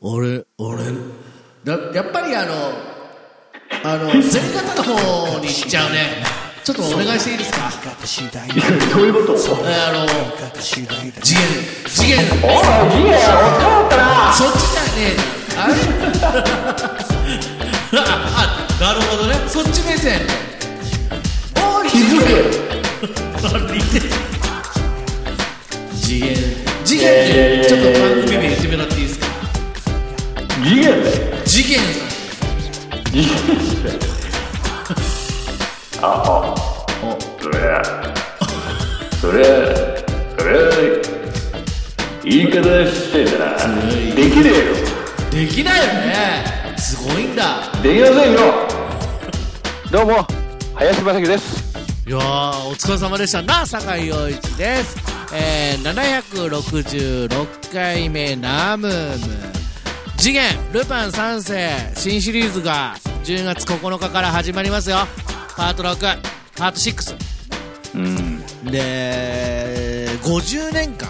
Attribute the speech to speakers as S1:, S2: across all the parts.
S1: 俺、俺、だやっぱりあの、あ の、全方の方に行っちゃうね。ちょっとお願いしていいですか
S2: どういうこと
S1: えーあの、次元、次元、そっちじゃねえな。あれ あ、あなるほどね。そっち目線。おい、気づ 次元、次元でちょっと番組名言ってもらっていいですか
S2: 次元
S1: 次元
S2: それそれそれ言い方してんだなできねえよ
S1: できないよねすごいんだ
S2: できませんよどうも林正樹です
S1: いやーお疲れ様でしたな酒井陽一ですえー、766回目ナムーム次元ルパン三世新シリーズが10月9日から始まりますよパート6パート6
S2: うん
S1: で50年間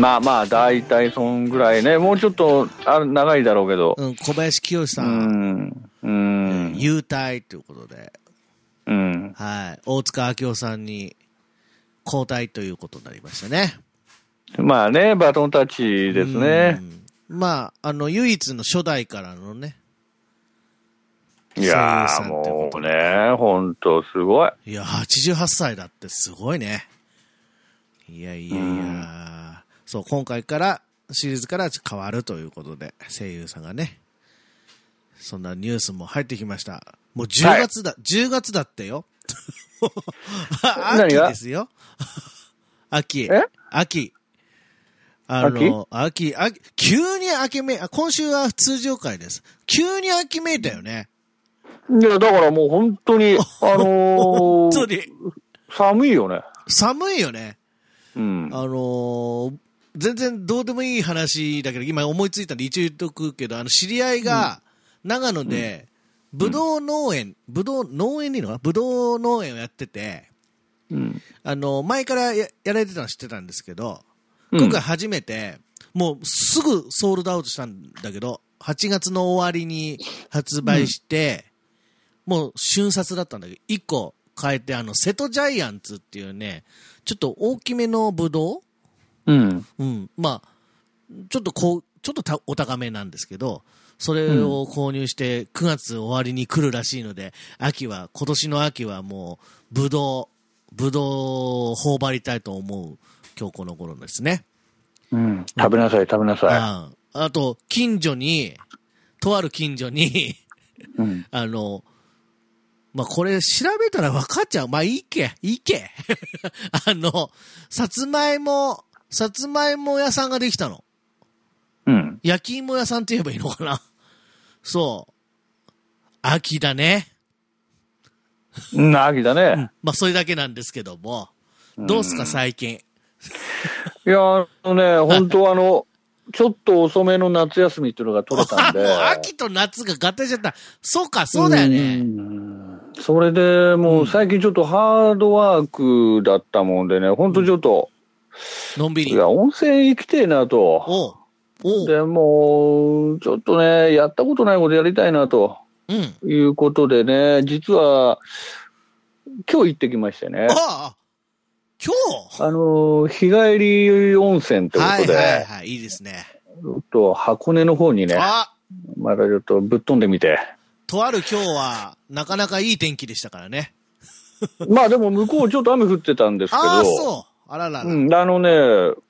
S2: まあまあ大体そんぐらいねもうちょっとあ長いだろうけど
S1: うん、小林清さ、
S2: うんんうん
S1: 優退ということで、
S2: うん
S1: はい、大塚明夫さんに交代ということになりましたね。
S2: まあねバトンタッチですね
S1: うん。まあ、あの、唯一の初代からのね、
S2: い
S1: 声
S2: や
S1: 優さ
S2: ー
S1: んってこ
S2: も
S1: と
S2: うねほんとすごい
S1: いや、88歳だってすごいね。いやいやいや、そう、今回から、シリーズから変わるということで、声優さんがね、そんなニュースも入ってきました。もう10月だ、10月だってよ。あ秋
S2: 何が
S1: ですよ。秋。
S2: え
S1: 秋。あの、秋、秋、急に秋め、あ今週は通常回です。急に秋めいたよね。
S2: いや、だからもう本当に、あ の
S1: 本当
S2: ー、
S1: に。
S2: 寒いよね。
S1: 寒いよね。
S2: うん。
S1: あのー全然どうでもいい話だけど、今思いついたんで一応言っとくけど、あの、知り合いが、長野で、ぶどう農園、ぶどう農園でいいのかなぶどう農園をやってて、
S2: うん。
S1: あの、前からややられてたの知ってたんですけど、
S2: うん
S1: 今回初めて、もうすぐソールドアウトしたんだけど、8月の終わりに発売して、もう瞬殺だったんだけど、1個変えて、あの、瀬戸ジャイアンツっていうね、ちょっと大きめのブドウ
S2: うん。
S1: うん。まあ、ちょっとこう、ちょっとたお高めなんですけど、それを購入して9月終わりに来るらしいので、秋は、今年の秋はもう、ぶどう、ぶどうを頬張りたいと思う今日この頃ですね。
S2: うん。食べなさい、食べなさ
S1: うんあと、近所に、とある近所に、
S2: い。うん。
S1: あの、まあ、これ調べたら分かっちゃう。まあ、いいけ、いいけ。 あの、さつまいも、さつまいも屋さんができたの。
S2: うん。
S1: 焼き芋屋さんって言えばいいのかな。 そう。秋だね。
S2: うん、秋だね。
S1: まあ、それだけなんですけども。どうすか、最近。
S2: いや、あのね、本当あの、ちょっと遅めの夏休みっていうのが取れた
S1: あ、
S2: ん
S1: もう
S2: で。
S1: 秋と夏が合体しちゃった。そうか、そうだよね。
S2: うん。それでもう最近ちょっとハードワークだったもんでね、本当ちょっと、
S1: のんび
S2: い
S1: り。
S2: や、温泉行きてえなと。
S1: おう。おう。
S2: でも、ちょっとね、やったことないことやりたいなと。
S1: うん。
S2: いうことでね、実は、今日行ってきましてね
S1: あ。あ。今日
S2: あの、日帰り温泉という
S1: は
S2: こ
S1: い
S2: とで、
S1: はいはい。いいですね。
S2: ちょっと箱根の方にね、
S1: あ
S2: またちょっとぶっ飛んでみて。
S1: とある今日は、なかなかいい天気でしたからね。
S2: まあでも向こうちょっと雨降ってたんですけ
S1: ああ、
S2: ど、
S1: そう。あららら。
S2: うん、あのね、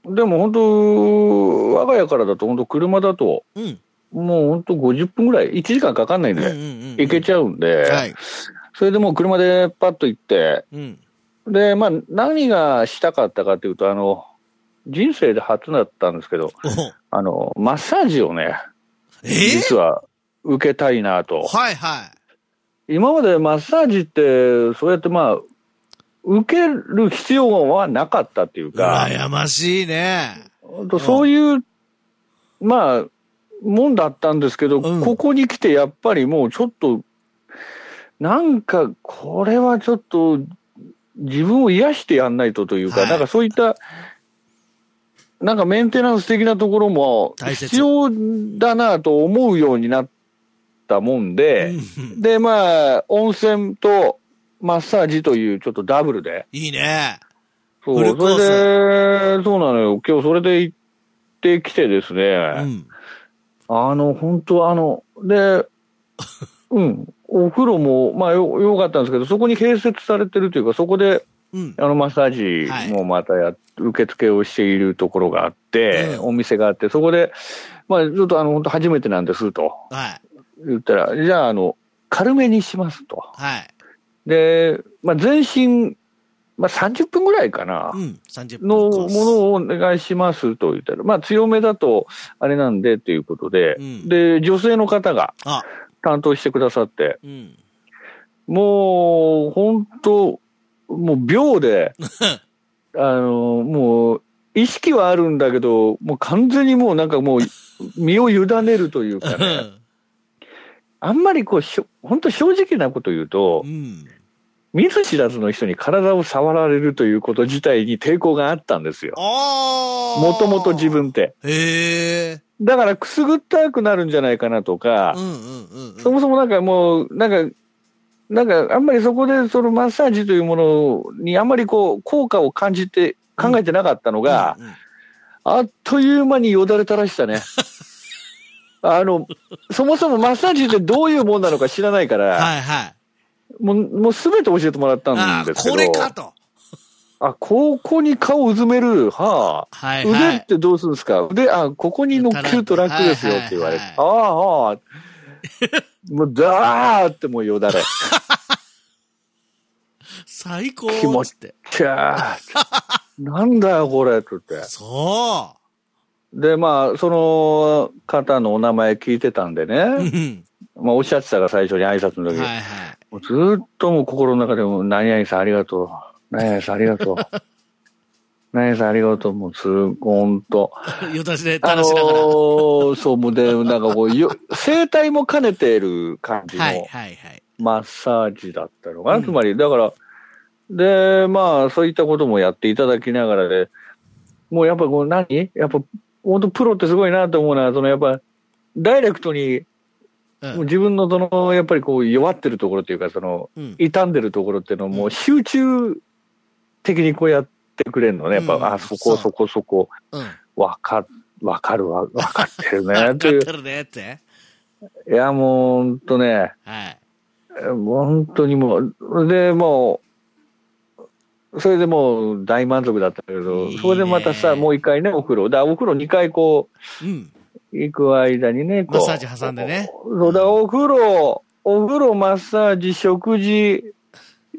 S2: でも本当、我が家からだと本当車だと、
S1: うん。うん
S2: もう本当50分ぐらい、1時間かかんないん
S1: うんう
S2: で、
S1: ん。
S2: 行けちゃうんで、
S1: はい。
S2: それでもう車でパッと行って、
S1: うん。
S2: で、まあ、何がしたかったかというと、あの、人生で初だったんですけど、
S1: おう
S2: あの、マッサージをね、
S1: ええ
S2: 実は受けたいなと。
S1: はいは
S2: 今までマッサージって、そうやってまあ、受ける必要はなかったっていう
S1: い。
S2: か、
S1: 羨ましいね。
S2: 本当そういう、まあ、もんだったんですけど、
S1: うん
S2: ここに来てやっぱりもうちょっと、なんか、これはちょっと、自分を癒してやんないとというか、
S1: はい
S2: なんかそういった、うなんかメンテナンス的なところも
S1: 大切
S2: 必要だなと思うようになったもんで、
S1: うん
S2: で、まあ、温泉とマッサージというちょっとダブルで、
S1: いいね。
S2: そ
S1: フル
S2: う、
S1: コー
S2: そ
S1: ス
S2: れで、そうなのよ。今日それで行ってきてですね、
S1: うん。
S2: あの、本当あの、 で、うん、お風呂も、まあよ、よかったんですけど、そこに併設されてるというか、そこで、
S1: うん。
S2: あのマッサージもまたやっ、受付をしているところがあって、
S1: うん
S2: お店があって、そこで、まあ、ちょっとあの、本当初めてなんですと
S1: はい。
S2: 言ったら、じゃあ、あの、軽めにしますと。
S1: はい。
S2: で、まあ、全身、まあ、30分ぐらいかな
S1: う、ん。30分
S2: の
S1: コ
S2: も
S1: ース
S2: のをお願いしますと言ったら、まあ、強めだと、あれなんでということで、
S1: うん
S2: で、女性の方が
S1: あ、
S2: 担当してくださって、
S1: うん。
S2: もう、本当もう秒 で、あの、もう、意識はあるんだけど、もう完全にもうなんかもう、身を委ねるというかね、あんまりこうしょ、本当正直なこと言うと
S1: う、ん。
S2: 見ず知らずの人に体を触られるということ自体に抵抗があったんですよ。
S1: ああ。
S2: もともと自。分って。
S1: へえ。
S2: だからくすぐったくなるんじゃないかなとか
S1: う、んうんうんうん。
S2: そもそもなんかもう、なんか、なんかあんまりそこでそのマッサージというものにあんまりこう効果を感じて考えてなかったのが、
S1: うんうん
S2: あっという間によだれ垂らした ね。あの、そもそもマッサージってどういうもんなのか知らないから、
S1: はいはい。
S2: もう、もうすべて教えてもらった
S1: あ
S2: ん
S1: ー
S2: ですけど、
S1: これかと。
S2: あ、ここに顔をうずめる、はあ。
S1: はいは
S2: 腕っ
S1: い。
S2: てどうするんですか腕、あ、ここに乗っけると楽ですよって言われて。ああ、ああ。もう、だーってもうよだれ。
S1: 最高
S2: 気持
S1: っ
S2: ち
S1: つって。
S2: キャーなんだよ、これ、って言って。
S1: そ
S2: で、まあ、その方のお名前聞いてたんで
S1: う。う
S2: ね。
S1: ん。
S2: まあ、おっしゃってたが最初に挨拶の時。
S1: はいはい。
S2: もうずーっともう心の中でも、何々さんありがとう。何々さんありがとう。何々さんありがとう。もう、すーほんと。
S1: よだしで垂
S2: あの
S1: らしながら。は
S2: ー、そう、もうで、なんかこう、よ、 生態も兼ねている感じ
S1: い
S2: の
S1: はいはい。
S2: マッサージだったのかな、
S1: うん
S2: つまり、だから、で、まあ、そういったこともやっていただきながらで、もうやっぱこう何、やっぱ、本当プロってすごいなと思うのは、そのやっぱ、ダイレクトに、
S1: う。
S2: もうん自分のその、やっぱりこう、弱ってるところっていうか、その、
S1: うん
S2: 傷んでるところっていうのをもう集中的にこうやってくれるのね。やっぱ、
S1: うん
S2: あ、そこ、
S1: そう
S2: そこ、そこ、
S1: うん。
S2: わか、わかるわ、わかって るね。
S1: 分
S2: と
S1: か
S2: いう
S1: っ。てるねって。
S2: いや、もう、ほんとね、
S1: はい。
S2: もう本当にもう、で、もう、それでもう大満足だったけど、
S1: いいね
S2: それでまたさ、もう一回ね、お風呂。だからお風呂二回こ
S1: うん。
S2: う、行く間にね、こう。
S1: マッサージ挟んでね
S2: そうだ、お風呂、お風呂、マッサージ、食事、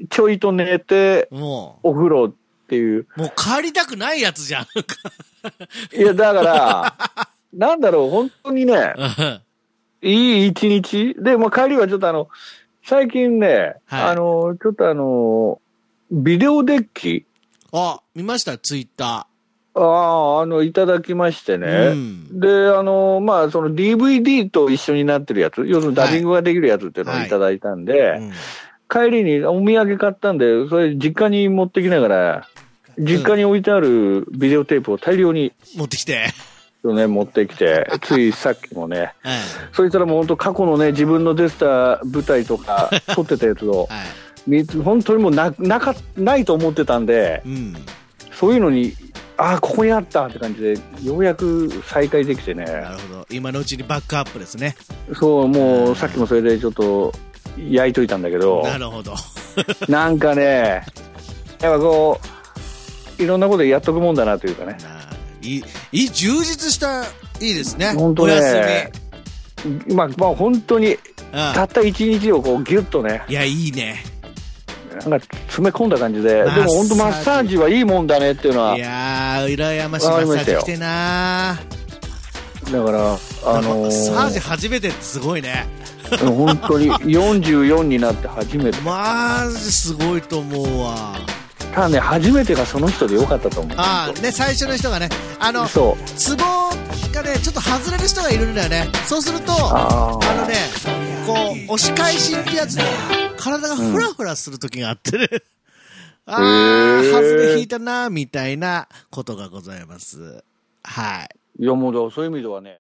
S2: ちょいと寝て、
S1: も
S2: お風呂っていう。
S1: う、もう帰りたくないやつじゃん。
S2: いや、だから、なんだろう、本当にね、
S1: うん
S2: いい一日で、もう帰りはちょっとあの、最近ね、
S1: はい
S2: あの、ちょっとあの、ビデオデッキ
S1: あ、見ましたツイッタ
S2: ああ、あの、いただきまし
S1: ー。
S2: て
S1: う
S2: ね。
S1: ん。
S2: で、あの、まあ、その DVD と一緒になってるやつ、要するにダビングができるやつっていうのを
S1: はい
S2: いただいたんで、
S1: うん
S2: 帰りにお土産買ったんで、それ実家に持ってきながら、実家に置いてあるビデオテープを大量に、
S1: 持ってきて。
S2: ね、持ってきて、ついさっきもね、
S1: はい。
S2: そいつらもう本当過去のね自分の出てた舞台とか撮ってたやつを
S1: はい。
S2: み本当にもうななかないと思ってたんで
S1: うん。
S2: そういうのにああここにあったって感じでようやく再会できてね
S1: なるほど。今のうちにバックアップですね。
S2: そうもうさっきもそれでちょっと焼いといたんだけど
S1: なるほど。
S2: なんかねやっぱこういろんなことやっとくもんだなというかね
S1: なあいい、いい、充実した、いいですね。
S2: 本当
S1: お休
S2: ねまあまあ本当に
S1: み。うん
S2: たった一日をこうギュッとね
S1: いや、いいね。
S2: なんか詰め込んだ感じでで
S1: マッサージ
S2: も本当マッサージはいいもんだねっていうのはい
S1: やー、羨ましいマ
S2: わかり
S1: ッ
S2: ま
S1: サー
S2: した
S1: ジ
S2: よ
S1: 来てなー
S2: だから、あの
S1: マッサージ
S2: ー、
S1: 初めてってすごいね。
S2: 本当に44になって初めて、
S1: マジすごいと思うわ。
S2: ただね、初めてがその人でよかったと思う。
S1: あ
S2: 本
S1: あ、ね、最初の人がね、あ
S2: 当
S1: の、ツ
S2: そう。
S1: ボがね、ちょっと外れる人がいるんだよね。そうすると、あ
S2: あ
S1: の
S2: あ、
S1: ね、こう、押し返しってやつで、体がフラフラする時があってね。ああ
S2: へー
S1: 外れ引いたな、みたいなことがございます。はい。
S2: いやもうだからそういう意味ではね